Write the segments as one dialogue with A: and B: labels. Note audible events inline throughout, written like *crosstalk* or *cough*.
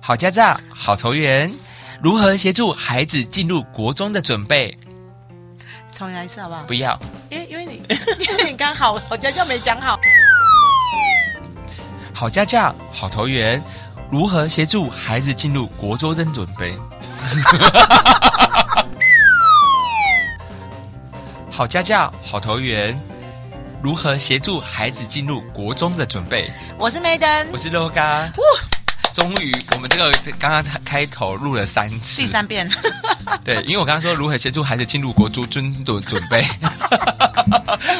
A: 好家长、好仇人，如何协助孩子进入国中的准备？
B: 重来一次好不好？
A: 不要，
B: 因为因为你 *laughs* 因为你刚好我家教没讲好。
A: 好家教、好投缘，如何协助孩子进入国中的准备？ *laughs* 好家教、好投缘，如何协助孩子进入国中的准备？
B: 我是梅登，
A: 我是乐嘎。终于，我们这个刚刚开头录了三次，
B: 第三遍。 *laughs*
A: 对，因为我刚刚说如何协助孩子进入国中尊的准 *laughs* 备，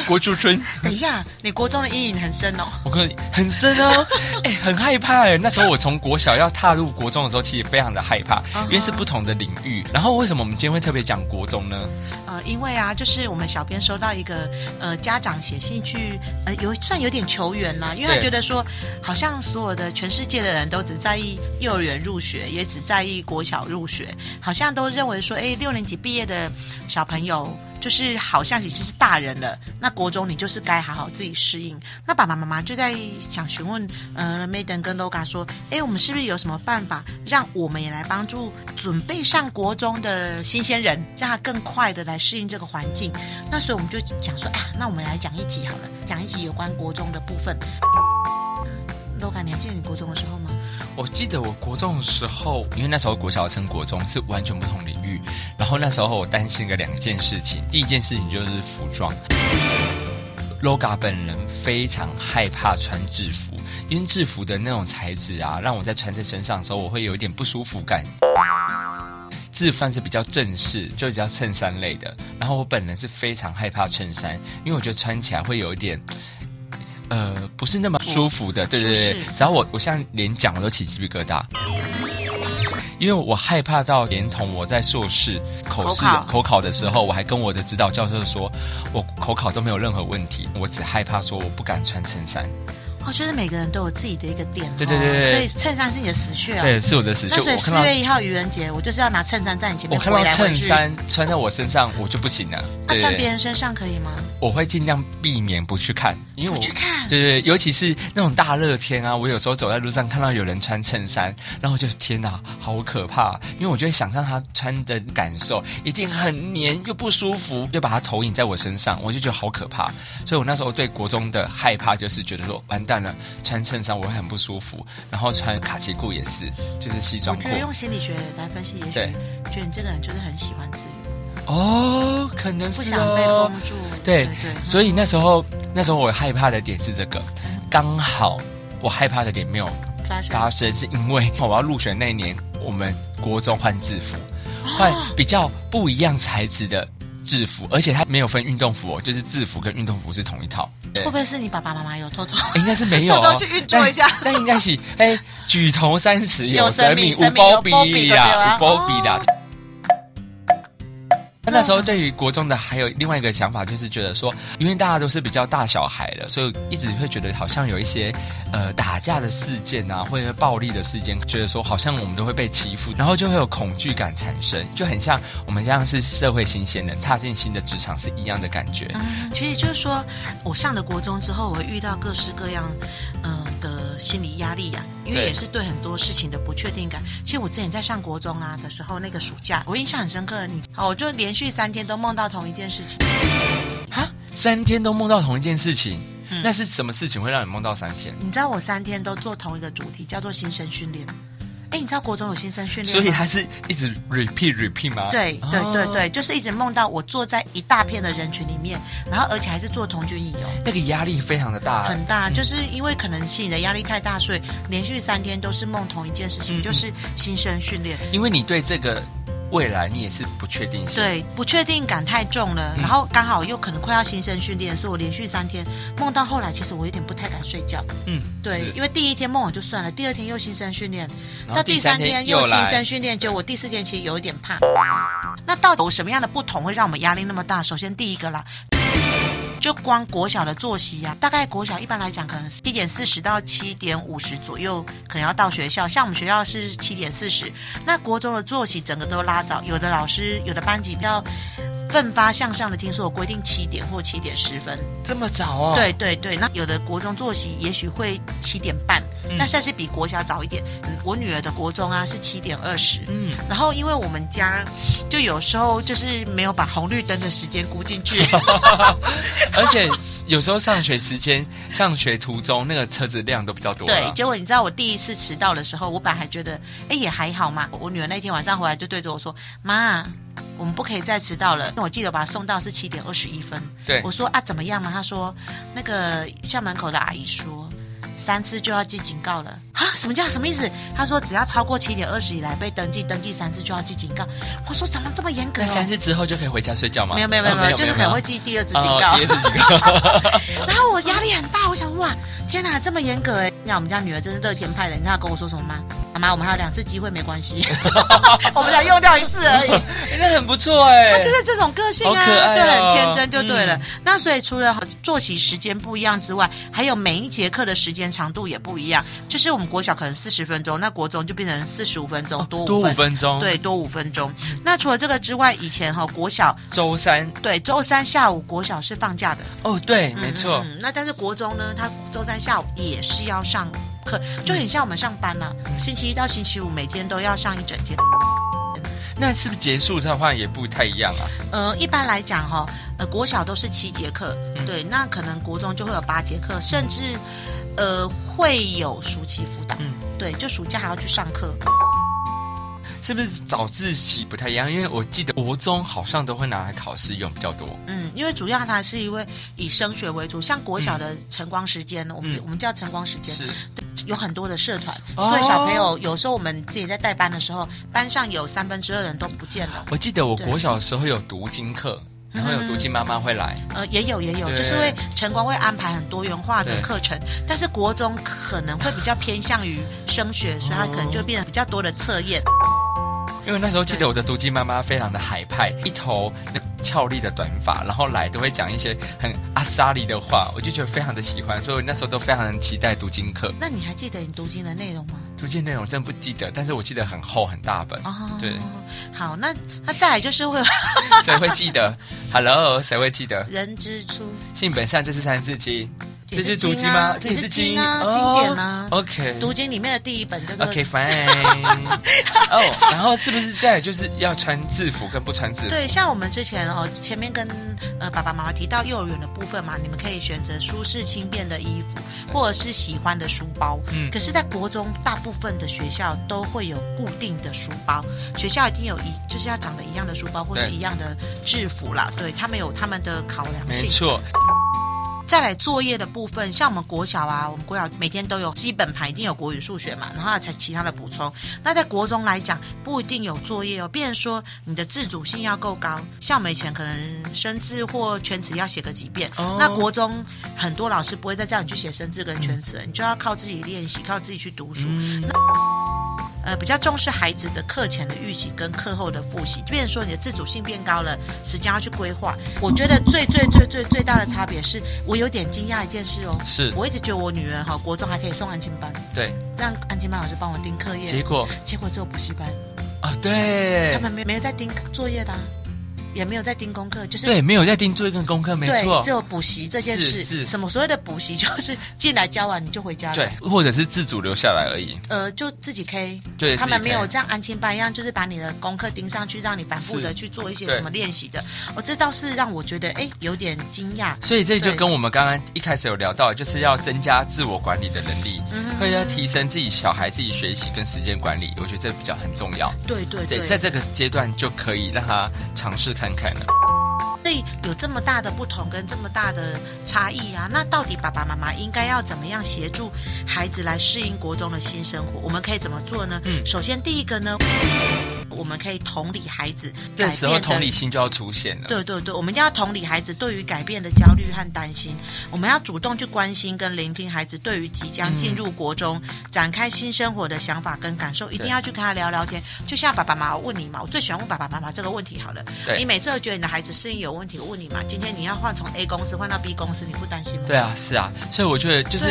A: 国中尊，
B: 等一下，你国中的阴影很深哦。
A: 我跟很深 *laughs* 哦，哎、很害怕哎。那时候我从国小要踏入国中的时候，其实非常的害怕，因为是不同的领域。然后为什么我们今天会特别讲国中呢？
B: 呃，因为啊，就是我们小编收到一个呃家长写信去，呃，有算有点求援啦，因为他
A: 对
B: 觉得说，好像所有的全世界的人都只在意幼儿园入学，也只在意国小入学，好像都认为说，哎，六年级毕业的小朋友。就是好像已经是大人了，那国中你就是该好好自己适应。那爸爸妈妈就在想询问，呃，Maiden 跟 Loga 说，哎，我们是不是有什么办法，让我们也来帮助准备上国中的新鲜人，让他更快的来适应这个环境？那所以我们就讲说，啊，那我们来讲一集好了，讲一集有关国中的部分。Loga，你还记得你国中的时候吗？
A: 我记得我国中的时候，因为那时候国小升国中是完全不同领域。然后那时候我担心个两件事情，第一件事情就是服装。LOGA 本人非常害怕穿制服，因为制服的那种材质啊，让我在穿在身上的时候，我会有一点不舒服感。制服算是比较正式，就比较衬衫类的。然后我本人是非常害怕衬衫，因为我觉得穿起来会有一点，呃，不是那么舒服的。对对
B: 舒
A: 对
B: 适，
A: 只要我我现在连讲我都起鸡皮疙瘩，因为我害怕到连同我在硕士口试
B: 口考
A: 口考的时候，我还跟我的指导教授说，我口考都没有任何问题，我只害怕说我不敢穿衬衫。
B: 哦，就是每个人都有自己的一个点，
A: 对对对对
B: 哦
A: 对
B: 所以衬衫是你的死穴哦。
A: 对，是我的死穴。
B: 那所以
A: 我
B: 四
A: 看到
B: 月一号愚人节，我就是要拿衬衫在你前
A: 我
B: 面
A: 看
B: 回
A: 到
B: 来回
A: 衬
B: 去。
A: 衫穿在我身上，我就不行了。
B: 那
A: 对
B: 穿
A: 对
B: 别
A: 对，
B: 人身上可以吗？
A: 我会尽量避免不去看，因为我
B: 去看。
A: 对对，对尤其是那种大热天啊，我有时候走在路上看到有人穿衬衫，然后我就天哪，好可怕！因为我就会想象他穿的感受，一定很黏又不舒服，就把它投影在我身上，我就觉得好可怕。所以我那时候对国中的害怕就是觉得说，完蛋了，穿衬衫我会很不舒服，然后穿卡其裤也是，就是西
B: 我
A: 装裤
B: 觉得用心理学来分析，也许
A: 对
B: 觉得你这个人就是很喜欢自由，
A: 哦，可能
B: 不
A: 是
B: 想被
A: 哦
B: 封，住。
A: 对
B: 对嗯对，
A: 所以那时候那时候我害怕的点是这个，刚好我害怕的点没有
B: 嗯发生
A: 发生，是因为我要入学那一年，我们国中换制服，换比较不一样材质的制服，而且它没有分运动服哦，就是制服跟运动服是同一套。对
B: 会不会是你爸爸妈妈有偷偷？
A: *laughs* 诶应该是没有、
B: 偷
A: 哦
B: 偷去运作一下
A: 但但应该是哎，举头三尺
B: 有
A: 神
B: 神明
A: 无
B: 神明
A: 包
B: 有
A: 比
B: 包庇的哦对
A: 啦，
B: 吧
A: 无包比啦。
B: 这样
A: 那时候对于国中的还有另外一个想法，就是觉得说，因为大家都是比较大小孩了，所以一直会觉得好像有一些呃打架的事件啊，或者是暴力的事件，觉得说好像我们都会被欺负，然后就会有恐惧感产生，就很像我们像是社会新鲜人踏进新的职场是一样的感觉。
B: 嗯 *laughs* 其实就是说，我上了国中之后，我会遇到各式各样，嗯、的心理压力呀、啊因为
A: 对
B: 也是对很多事情的不确定感。其实我之前在上国中啊的时候，那个暑假，我印象很深刻。你，好，我就连续三天都梦到同一件事情。
A: 哈，三天都梦到同一件事情，
B: 嗯
A: 那是什么事情会让你梦到三天？
B: 你知道我三天都做同一个主题，叫做新生训练。哎，你知道国中有新生训练
A: 所
B: 吗？
A: 以他是一直 repeat repeat 吗？
B: 对对对
A: 哦
B: 对，就是一直梦到我坐在一大片的人群里面，然后而且还是做童军椅哦，
A: 那个压力非常的大，
B: 很大，就是因为可能心理的压力太大，所以连续三天都是梦同一件事情，就是新生训练。
A: 因为你对这个未来你也是不确定性。
B: 对，不确定感太重了，然后刚好又可能快要新生训练，所以我连续三天梦到后来，其实我有点不太敢睡觉。
A: 嗯，
B: 对，因
A: 为
B: 为第一天梦我就算了，第二天又新生训练，
A: 然后
B: 到第
A: 第
B: 三
A: 三
B: 天
A: 天又
B: 又新
A: 来
B: 生训练，结果我第四天其实有一点怕。那到底有什么样的不同会让我们压力那么大？首先第一个啦。就光国小的作息啊，大概国小一般来讲，可能七点四十到七点五十左右，可能要到学校。像我们学校是七点四十，那国中的作息整个都拉早，有的老师、有的班级比较奋发向上的，听说有规定七点或七点十分，
A: 这么早哦，
B: 对对对，那有的国中作息也许会七点半，
A: 嗯
B: 那甚至比国小早一点。嗯我女儿的国中啊是七点二十，
A: 嗯，
B: 然后因为我们家就有时候就是没有把红绿灯的时间估进
A: *laughs*
B: 去，
A: 而且有时候上学时间、上学途中，那个车子量都比较多
B: 对，
A: 了。
B: 结果你知道我第一次迟到的时候，我本来还觉得哎也还好嘛。我女儿那天晚上回来就对着我说：“妈，我们不可以再迟到了。”我记得我把她送到是七点二十一分，
A: 对
B: 我说啊怎么样嘛？她说那个校门口的阿姨说。三次就要记警告了啊？什么叫什么意思？她说只要超过七点二十以来被登记，登记三次就要记警告。我说怎么这么严格、
A: 那
B: 哦？
A: 三次之后就可以回家睡觉吗？
B: 没有没有没有
A: 哦
B: 没有，就是可能会
A: 警
B: 记第二次警告
A: 哦，第。二次警
B: *laughs*
A: 告。
B: 然后我压力很大，我想哇，天哪，这么严格哎！那我们家女儿真是乐天派的，你知道她跟我说什么吗？妈妈，我们还有两次机会，没关系， *laughs* 我们才用掉一次而已。
A: 那很不错哎、
B: 她就是这种个性啊，
A: 好可爱
B: 对，
A: 哦
B: 很天真就对了。那所以除了作息时间不一样之外，还有每一节课的时间长度也不一样。就是我们国小可能四十分钟，那国中就变成四十五分钟，多
A: 哦多
B: 五
A: 五
B: 分。
A: 分钟。，
B: 对，多五分钟。那除了这个之外，以前哈、国小
A: 周三
B: 对周三下午国小是放假的，
A: 哦，对，没错。
B: 嗯。那但是国中呢，他周三下午也是要上课，就很像我们上班嘛、
A: 嗯
B: 星期一到星期五每天都要上一整天。
A: 那是不是结束的话也不太一样啊？
B: 呃，一般来讲哈、呃，国小都是七节课，
A: 嗯
B: 对，那可能国中就会有八节课，甚至呃会有暑期辅导，
A: 嗯
B: 对，就暑假还要去上课。
A: 是不是早自习不太一样？因为我记得国中好像都会拿来考试用比较多。
B: 嗯，因为主要它是因为以升学为主，像国小的晨光时间，我们
A: 嗯
B: 我们叫晨光时间，
A: 是，
B: 有很多的社团，
A: 哦
B: 所以小朋友有时候我们自己在带班的时候，班上有三分之二人都不见了。
A: 我记得我
B: 对
A: 国小的时候有读经课，嗯然后有读经妈妈会来。
B: 呃，也有也有，
A: 对
B: 就是会晨光会安排很多元化的
A: 对
B: 课程，但是国中可能会比较偏向于升学，所以它可能就变得比较多的测验。
A: 嗯因为那时候记得我的读经妈妈非常的海派，一头那俏丽的短发，然后来都会讲一些很阿莎丽的话，我就觉得非常的喜欢，所以我那时候都非常的期待读经课。
B: 那你还记得你读经的内容吗？
A: 读经内容真不记得，但是我记得很厚很大本，
B: 哦，
A: 对，
B: 好，那那再来就是会有？
A: 谁会记得？Hello，谁会记得
B: 人之初，
A: 性本善，这是三字经，这是
B: 是
A: 读经
B: 啊
A: 吗？
B: 也是经啊，
A: 哦
B: 经典啊。
A: OK，
B: 读经里面的第一本叫做
A: OK
B: *laughs*
A: fine 哦、然后是不是再来就是要穿制服跟不穿制服？
B: 对，像我们之前哦，前面跟呃爸爸妈妈提到幼儿园的部分嘛，你们可以选择舒适轻便的衣服，或者是喜欢的书包。
A: 嗯
B: 可是，在国中大部分的学校都会有固定的书包，学校一定有一就是要长得一样的书包或是
A: 对
B: 一样的制服啦。对他们有他们的考量
A: 没
B: 性。
A: 错，
B: 再来作业的部分，像我们国小啊，我们国小每天都有基本盘，一定有国语、数学嘛，然后才其他的补充。那在国中来讲，不一定有作业哦，变成说你的自主性要够高。像我们以前可能生字或全词要写个几遍，
A: 哦
B: 那国中很多老师不会再叫你去写生字跟全词了，你就要靠自己练习，靠自己去读书。
A: 嗯，
B: 呃，比较重视孩子的课前的预习跟课后的复习，变成说你的自主性变高了，时间要去规划。我觉得最最最最最大的差别是，我有点惊讶一件事哦，
A: 是
B: 我一直觉得我女儿哈，国中还可以送安亲班，
A: 对。
B: 让安亲班老师帮我盯课业，
A: 结果
B: 结果只有补习班，
A: 啊、对
B: 他，们没没有在盯作业的啊、也没有在盯功课，就是
A: 对，没有在盯作业跟功课，没
B: 对
A: 错
B: 只，有补习这件
A: 是
B: 事，
A: 是
B: 什么所谓的补习就是进来教完你就回家了，
A: 对，或者是自主留下来而已。
B: 呃，就自己 K，
A: 对
B: 他们
A: 自己
B: 没
A: K
B: 有像安亲班一样，就是把你的功课盯上去，让你反复的
A: 是
B: 去做一些
A: 对
B: 什么练习的。哦，这倒是让我觉得哎有点惊讶。
A: 所以这就
B: 对
A: 跟我们刚刚一开始有聊到，就是要增加自我管理的能力，
B: 嗯
A: 会要提升自己小孩自己学习跟时间管理，我觉得这比较很重要。
B: 对对
A: 对，在这个阶段就可以让他尝试看看了。
B: 所以有这么大的不同跟这么大的差异啊，那到底爸爸妈妈应该要怎么样协助孩子来适应国中的新生活？我们可以怎么做呢？
A: 嗯
B: 首先第一个呢，我们可以同理孩子改
A: 这时候
B: 变
A: 同
B: 的
A: 理心就要出现了。
B: 对对对，我们要同理孩子对于改变的焦虑和担心，我们要主动去关心跟聆听孩子对于即将进入国中、展开新生活的想法跟感受，一定要去跟他聊聊天。就像爸爸妈妈问你嘛，我最喜欢问爸爸妈妈这个问题好了。
A: 对
B: 你每次都觉得你的孩子适应有问题，我问你嘛，今天你要换从 A 公司换到 B 公司，你不担心吗？
A: 对啊，是啊，所以我觉得就是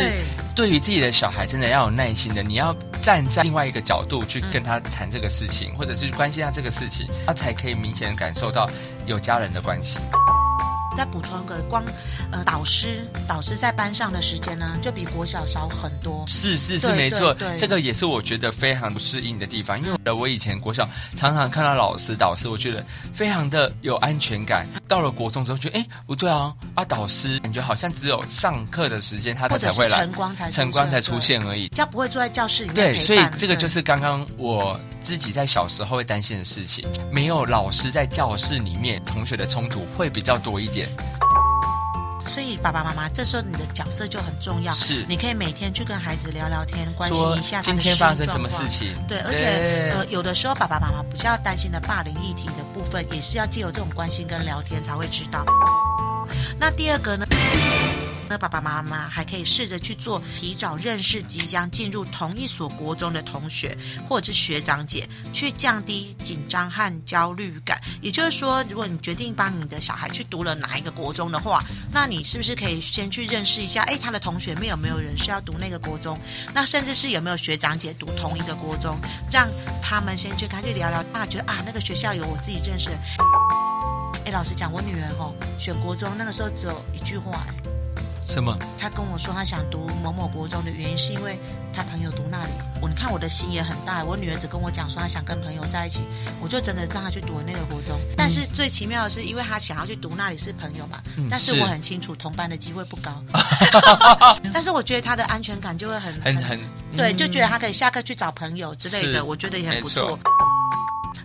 B: 对
A: 对于自己的小孩，真的要有耐心的，你要站在另外一个角度去跟他谈这个事情，或者是关心他这个事情，他才可以明显地感受到有家人的关系。
B: 再补充一个，光呃导师导师在班上的时间呢，就比国小少很多。
A: 是是是，
B: 对
A: 没错
B: 对，对
A: 这个也是我觉得非常不适应的地方，因为我以前国小常常看到老师导师，我觉得非常的有安全感。到了国中之后，觉得哎不对啊，啊导师感觉好像只有上课的时间他
B: 或
A: 才
B: 者
A: 会
B: 是
A: 来
B: 晨，光才
A: 晨光才出，
B: 对
A: 现而已。
B: 比较不会坐在教室里面
A: 对，
B: 陪伴。
A: 所以这个
B: 对
A: 就是刚刚我自己在小时候会担心的事情，没有老师在教室里面，同学的冲突会比较多一点。
B: 所以爸爸妈妈这时候你的角色就很重要，
A: 是
B: 啊你可以每天去跟孩子聊聊天，关心
A: 说
B: 一下他
A: 今
B: 的
A: 天
B: 适
A: 发
B: 应
A: 生什
B: 状
A: 么事
B: 况。
A: 情？
B: 对，而
A: 对
B: 且呃，有的时候爸爸妈妈比较担心的霸凌议题的部分，也是要借由这种关心跟聊天才会知道。那第二个呢？那爸爸妈妈还可以试着去做提早认识即将进入同一所国中的同学或者是学长姐，去降低紧张和焦虑感。也就是说，如果你决定帮你的小孩去读了哪一个国中的话，那你是不是可以先去认识一下？哎，他的同学们有没有人是要读那个国中？那甚至是有没有学长姐读同一个国中，让他们先去跟他去聊聊，大家觉得啊，那个学校有我自己认识的。哎，老实讲，我女儿哦，选国中那个时候只有一句话，哎
A: 什么？
B: 他跟我说他想读某某国中的原因是因为他朋友读那里。我你看我的心也很大，我女儿只跟我讲说她想跟朋友在一起，我就真的让她去读那个国中。但是最奇妙的是，因为她想要去读那里是朋友嘛，
A: 嗯
B: 但是
A: 是
B: 我很清楚同班的机会不
A: *laughs*
B: 高，但是我觉得她的安全感就会很
A: 很很
B: 对，
A: 嗯
B: 就觉得他可以下课去找朋友之类
A: 是
B: 的，我觉得也很不
A: 没
B: 错。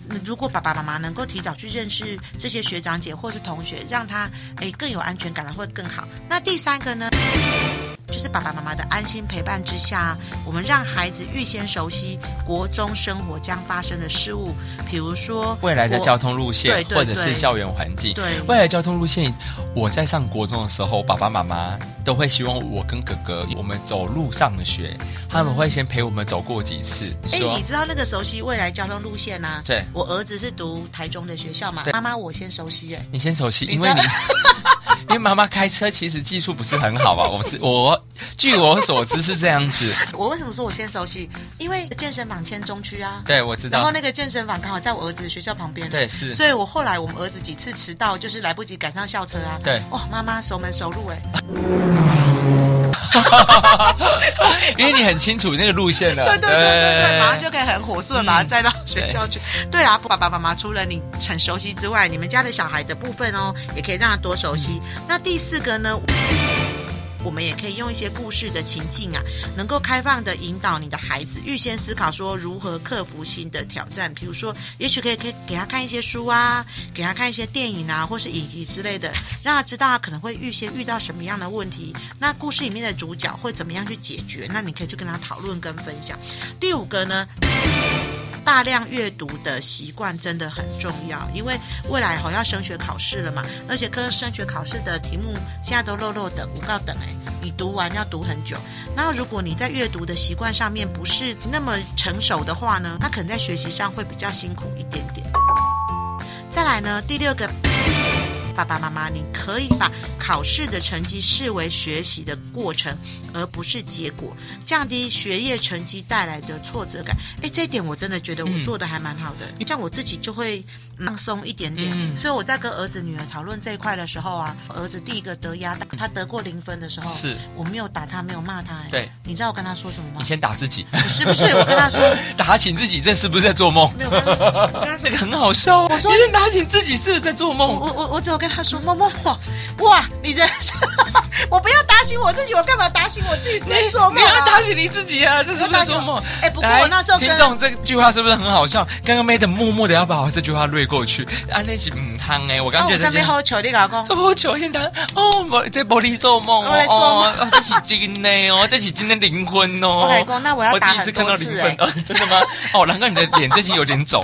B: 那如果爸爸妈妈能够提早去认识这些学长姐或是同学，让他诶更有安全感了，会更好。那第三个呢，就是爸爸妈妈的安心陪伴之下，我们让孩子预先熟悉国中生活将发生的事物，比如说
A: 未来的
B: 国
A: 交通路线
B: 对对
A: 或者是
B: 对
A: 校园环境。
B: 对
A: 未来交通路线，我在上国中的时候，爸爸妈妈都会希望我跟哥哥我们走路上学，他们
B: 嗯
A: 会先陪我们走过几次，
B: 哎，
A: 说
B: 你知道那个熟悉未来交通路线呢、啊？
A: 对
B: 我儿子是读台中的学校嘛
A: 对，
B: 妈妈我先熟悉哎、
A: 你先熟悉，
B: 你
A: 因为你
B: 知
A: 因为妈妈开车其实技术不是很好吧？我知我据我所知是这样子，
B: 我为什么说我先熟悉？因为健身房迁中区啊，
A: 对我知
B: 然后
A: 道，
B: 那个健身房刚好在我儿子的学校旁边，，
A: 对是，
B: 所以我后来我们儿子几次迟到，就是来不及赶上校车啊。
A: 对
B: 哇、妈妈熟门
A: *laughs*
B: 熟路哎、
A: 因为你很清楚那个路线了，
B: 对对对对对，马上就可以很火速的
A: 嗯
B: 把他载到学校去。对啦，爸爸妈妈除了你很熟悉之外，你们家的小孩的部分哦，也可以让他多熟悉。
A: 嗯
B: 那第四个呢？我们也可以用一些故事的情境啊，能够开放的引导你的孩子预先思考说如何克服新的挑战。比如说，也许可以可以给他看一些书啊，给他看一些电影啊，或是影集之类的，让他知道他可能会预先遇到什么样的问题，那故事里面的主角会怎么样去解决，那你可以去跟他讨论跟分享。第五个呢，大量阅读的习惯真的很重要，因为未来好要升学考试了嘛，而且科升学考试的题目现在都漏漏等、五告等哎、你读完要读很久。那如果你在阅读的习惯上面不是那么成熟的话呢，那可能在学习上会比较辛苦一点点。再来呢，第六个。爸爸妈妈，你可以把考试的成绩视为学习的过程，而不是结果，降低学业成绩带来的挫折感。哎，这一点我真的觉得我
A: 嗯
B: 做的还蛮好的，像我自己就会嗯放松一点点。
A: 嗯
B: 所以我在跟儿子女儿讨论这一块的时候啊，儿子第一个得压大，他得过零分的时候，
A: 是
B: 我没有打他，没有骂他、哎
A: 对，
B: 你知道我跟他说什么吗 *laughs*
A: 你？先打自己，
B: 是不是？我跟他说， *laughs*
A: 打醒自己，这是不是在做梦？
B: 没有，我跟他说我 *laughs* 跟他说
A: 这个很好笑哦，
B: 我说
A: 你先打醒自己是不是在做梦？
B: 我我我只有跟他说某某某，哇，你真是， *laughs* 我不要打醒我自己，我干嘛打醒我自己？是在做
A: 你
B: 梦、
A: 要打
B: 啊。
A: 醒你自己啊！这是不是做梦？
B: 哎不过
A: 来
B: 我那时候跟
A: 听众这句话是不是很好笑？刚刚 Madam 默默的要把我这句话略过去，啊，那是嗯汤哎，我
B: 然
A: 刚
B: 后
A: 觉得
B: 我上
A: 这
B: 面
A: 件
B: 喝酒，你老公，
A: 这好球现在哦，我这玻璃做梦哦，
B: 我在做梦
A: 哦哦这是真的哦，这是真的灵魂哦。
B: 我跟你说那我要打
A: 第一次
B: 很
A: 看到
B: 多
A: 灵
B: 次哎
A: 魂，哦，真的吗？哦，难怪你的脸最近有点肿。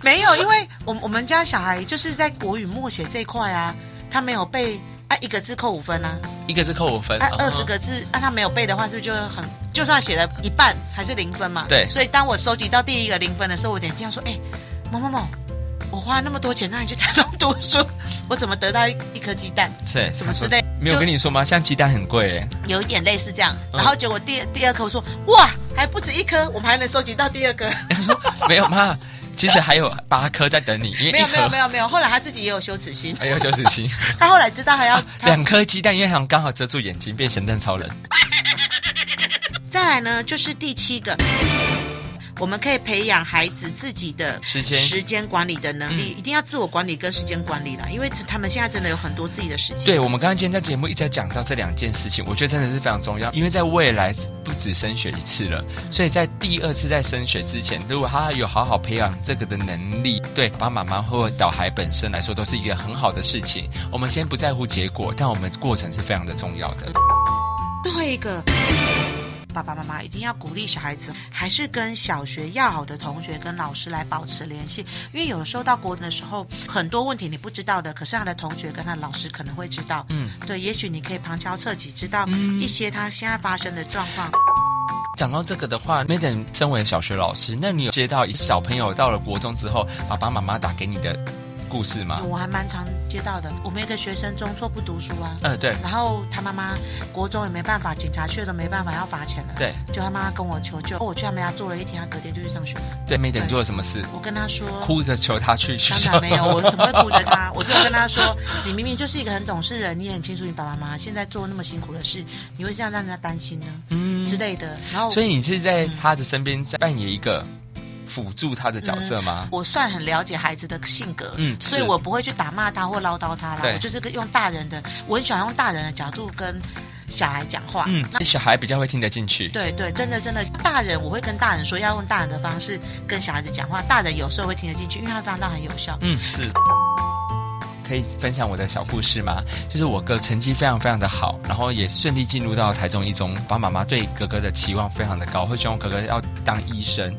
B: 没有，因为我我们家小孩就是在国语默写这一块啊，他没有背啊，一个字扣五分啊，
A: 一个是扣我分
B: 啊，
A: 哦
B: 二十个字啊，他没有背的话，是不是就很就算写了一半还是零分嘛？
A: 对
B: 所以当我收集到第一个零分的时候，我有点惊讶说，哎、某某某，我花那么多钱让你去台中读书，我怎么得到一一颗鸡蛋？
A: 对
B: 什么之类
A: 没有
B: 就
A: 跟你说吗？像鸡蛋很贵哎，
B: 有一点类似这样。
A: 嗯
B: 然后结果第第二颗我说哇，还不止一颗，我们还能收集到第二颗。
A: 没有妈，其实还有八科在等你，因
B: 没
A: *laughs* 为一
B: 有没有
A: 盒
B: 没有没有，后来他自己也有羞耻心， *laughs*
A: 还有九十七，
B: 他后来知道还要
A: 啊
B: 他
A: 两颗鸡蛋，因为想刚好遮住眼睛，变神探超人。
B: 再来呢，就是第七个，我们可以培养孩子自己的
A: 时间嗯
B: 时间管理的能力，一定要自我管理跟时间管理啦，因为他们现在真的有很多自己的时间。
A: 对，我们刚刚今天在节目一直在讲到这两件事情，我觉得真的是非常重要，因为在未来不止升学一次了，所以在第二次在升学之前，如果他有好好培养这个的能力，对爸爸妈妈或小孩本身来说都是一个很好的事情。我们先不在乎结果，但我们过程是非常的重要的。
B: 最后一个，爸爸妈妈一定要鼓励小孩子，还是跟小学要好的同学跟老师来保持联系，因为有的时候到国中的时候，很多问题你不知道的，可是他的同学跟他的老师可能会知道。
A: 嗯，
B: 对，也许你可以旁敲侧击知道一些他现在发生的状况。
A: 讲到这个的话，Maden 身为小学老师，那你有接到小朋友到了国中之后，爸爸妈妈打给你的故事吗？
B: 我还蛮常接到的，我们有一个学生中辍不读书啊。
A: 嗯、对
B: 然后他妈妈国中也没办法，警察去了都没办法，要罚钱了。，
A: 对
B: 就他妈妈跟我求救，哦我去他们家坐了一天，他隔天就去上学。
A: 对，Maden 做了什么事？
B: 我跟他说，
A: 哭着求他去学
B: 当
A: 校
B: 然。没有，我怎么会顾着他？我就跟他说，你明明就是一个很懂事的人，你也很清楚你爸爸妈妈现在做那么辛苦的事，你会这样让人家担心呢、
A: 嗯
B: 之类的。然后，
A: 所以你是在他的身边扮演一个辅助他的角色吗？
B: 我算很了解孩子的性格，
A: 嗯
B: 所以
A: 是
B: 我不会去打骂他或唠叨他啦。
A: 对
B: 我就是个用大人的，我很喜欢用大人的角度跟小孩讲话。
A: 嗯，
B: 那
A: 是小孩比较会听得进去。
B: 对对，真的真的，大人我会跟大人说要用大人的方式跟小孩子讲话，大人有时候会听得进去，因为他发现到很有效。
A: 嗯，是。可以分享我的小故事吗？就是我哥成绩非常非常的好，然后也顺利进入到台中一中，爸爸妈妈对哥哥的期望非常的高，会希望哥哥要当医生。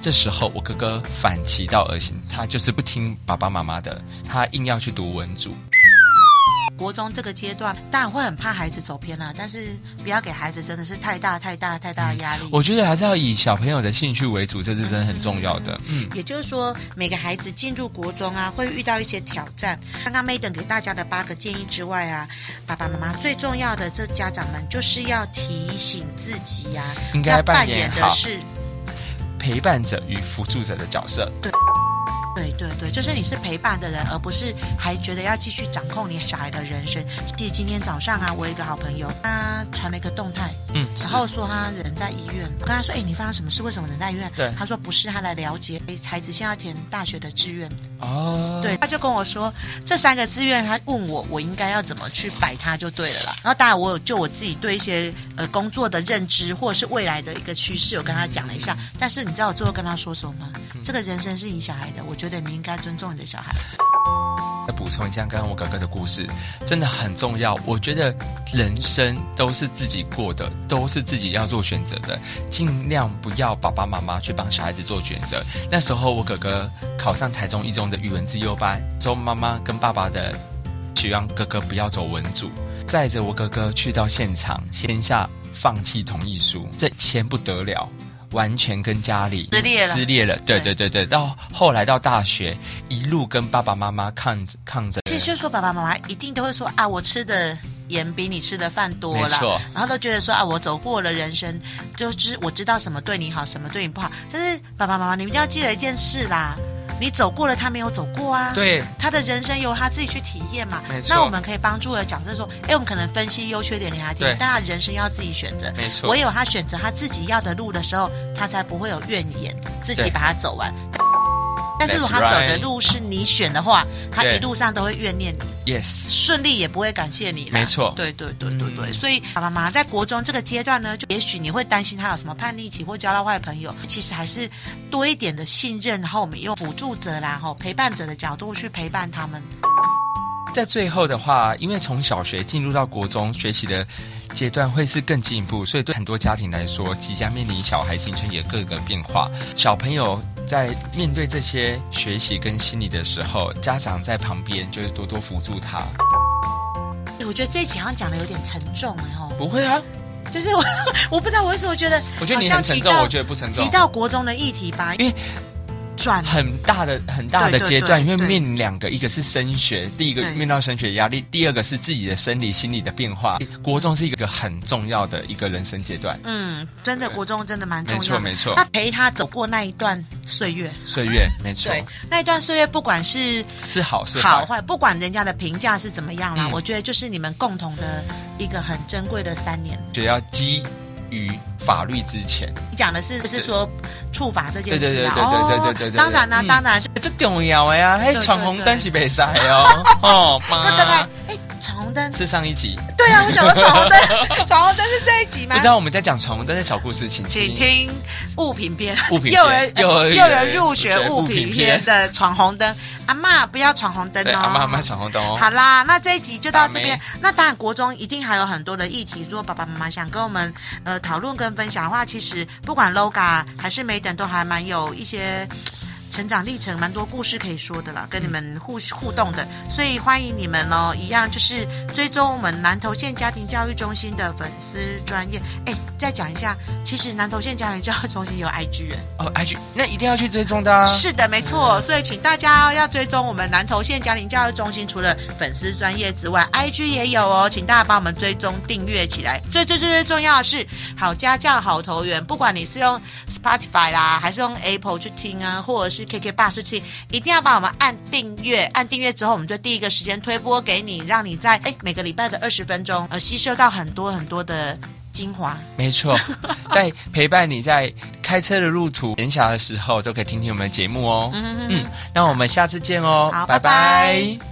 A: 这时候我哥哥反其道而行，他就是不听爸爸妈妈的，他硬要去读文组。
B: 国中这个阶段，当然会很怕孩子走偏啦、啊但是不要给孩子真的是太大太大太大的压力。
A: 嗯我觉得还是要以小朋友的兴趣为主，这是真的很重要的。嗯。
B: 也就是说，每个孩子进入国中啊，会遇到一些挑战。刚刚 Maiden 给大家的八个建议之外啊，爸爸妈妈最重要的，这家长们就是要提醒自己呀、啊，
A: 应该
B: 要扮
A: 扮演
B: 的
A: 好
B: 是。
A: 陪伴者与辅助者的角色。
B: 对对对，就是你是陪伴的人，而不是还觉得要继续掌控你小孩的人生。其实今天早上啊，我有一个好朋友，他传了一个动态，
A: 嗯，
B: 然
A: 是
B: 后说他人在医院，我跟他说，哎、你发生什么事？为什么人在医院？
A: 对
B: 他说不是，他来了解，哎，孩子现在要填大学的志愿，
A: 哦，
B: 对，，他就跟我说这三个志愿，他问我我应该要怎么去摆它就对了啦。然后当然我有就我自己对一些呃工作的认知或者是未来的一个趋势，有跟他讲了一下。但是你知道我最后跟他说什么吗？
A: 嗯
B: 这个人生是你小孩的，我觉得你应该尊重你的小孩。
A: 再补充一下刚刚我哥哥的故事，真的很重要。我觉得人生都是自己过的，都是自己要做选择的，尽量不要爸爸妈妈去帮小孩子做选择。那时候我哥哥考上台中一中的语文自优班，之后妈妈跟爸爸的希望哥哥不要走文组，载着我哥哥去到现场签下放弃同意书，这签不得了。完全跟家里
B: 撕裂了
A: 撕裂了，对对
B: 对
A: 对对，到后来到大学，一路跟爸爸妈妈抗着抗着，
B: 其实就是说爸爸妈妈一定都会说啊，我吃的盐比你吃的饭多
A: 没
B: 啦
A: 错，
B: 然后都觉得说啊，我走过了人生，就是我知道什么对你好，什么对你不好。但是爸爸妈妈，你们一定要记得一件事啦，你走过了，他没有走过啊。。
A: 对，
B: 他的人生由他自己去体验嘛
A: 没。错
B: 那我们可以帮助的角色说，哎，我们可能分析优缺点给他听
A: 对，
B: 但他人生要自己选择。
A: 没错
B: 唯有他选择他自己要的路的时候，他才不会有怨言，自己
A: 对
B: 把它走完。但是如果他
A: That's
B: 走
A: right
B: 的路是你选的话，他
A: 对
B: 一路上都会怨念你，
A: Yes，
B: 顺利也不会感谢你啦。
A: 没错
B: 对对对对对。
A: 嗯
B: 所以爸爸妈妈在国中这个阶段呢，就也许你会担心他有什么叛逆期或交到坏朋友，其实还是多一点的信任，然后我们用辅助者啦、吼陪伴者的角度去陪伴他们。
A: 在最后的话，因为从小学进入到国中学习的阶段会是更进一步，所以对很多家庭来说，即将面临小孩青春也各个变化。小朋友在面对这些学习跟心理的时候，家长在旁边就是多多辅助他。
B: 欸我觉得这一集好像讲的有点沉重哎吼，
A: 不会啊，
B: 就是我 *laughs* 我不知道我为什么觉得，
A: 我觉得你很沉重，我觉得不沉重
B: 提，到国中的议题吧，
A: 因为
B: 转，
A: 很大的很大的
B: 对对
A: 阶段，
B: 对
A: 因为
B: 对
A: 面临两个，一个是升学，第一个
B: 对
A: 面到升学压力，第二个是自己的生理心理的变化。国中是一个很重要的一个人生阶段，
B: 嗯，真的
A: 对
B: 国中真的蛮重
A: 没
B: 要
A: 错
B: 的。
A: 没错
B: 那，陪他走过那一段岁月，
A: 岁月没错
B: 对，那一段岁月，不管是
A: 是好是
B: 好坏，不管人家的评价是怎么样啦，
A: 嗯
B: 我觉得就是你们共同的一个很珍贵的三年。
A: 就要基于法律之前，
B: 你讲的是就是
A: 对
B: 说处罚这
A: 对
B: 件
A: 对
B: 事啊，
A: 对对对对对对对对
B: 哦，当然啦，
A: 嗯
B: 当然是。
A: 这重要的呀、啊，还
B: 对
A: 闯红灯
B: 对
A: 是被塞哦，
B: *laughs*
A: 哦
B: 那大概
A: 妈，
B: 哎，闯红灯，
A: 是上一集，
B: 对啊，我想说闯红灯，闯红灯是这一集吗
A: 不？知道我们在讲闯红灯的小故事，请
B: 请听物品篇，
A: 物品篇
B: 幼儿
A: 幼儿园
B: 幼儿入学
A: 物
B: 物
A: 品
B: 品
A: 篇
B: 篇的闯红灯，阿妈不要闯红灯
A: 对
B: 哦，
A: 阿妈阿妈闯红灯哦，
B: 好啦，那这一集就到这边
A: 打。
B: 那当然，国中一定还有很多的议题，如果爸爸妈妈想跟我们呃讨论跟分享的话，其实不管 LOGA 还是美等，都还蛮有一些。成长历程蛮多故事可以说的啦，跟你们互互动的，所以欢迎你们哦。一样就是追踪我们南投县家庭教育中心的粉丝专业。哎，再讲一下，其实南投县家庭教育中心有啊 IG 人，
A: 哦，IG 那一定要去追踪的、啊，
B: 是的，没错。所以请大家要追踪我们南投县家庭教育中心，除了粉丝专业之外，IG 也有哦，请大家帮我们追踪订阅起来。最最最最重要的是，好家教好投缘，不管你是用 Spotify 啦，还是用 Apple 去听啊，或者是 KK Bus 去听，一定要帮我们按订阅。按订阅之后，我们就第一个时间推播给你，让你在哎每个礼拜的二十分钟，呃，吸收到很多很多的精华。
A: 没
B: *laughs*
A: 错，在陪伴你在开车的路途、闲嗯暇的时候，都可以听听我们的节目哦。嗯那我们下次见哦，
B: 好拜
A: 拜
B: 拜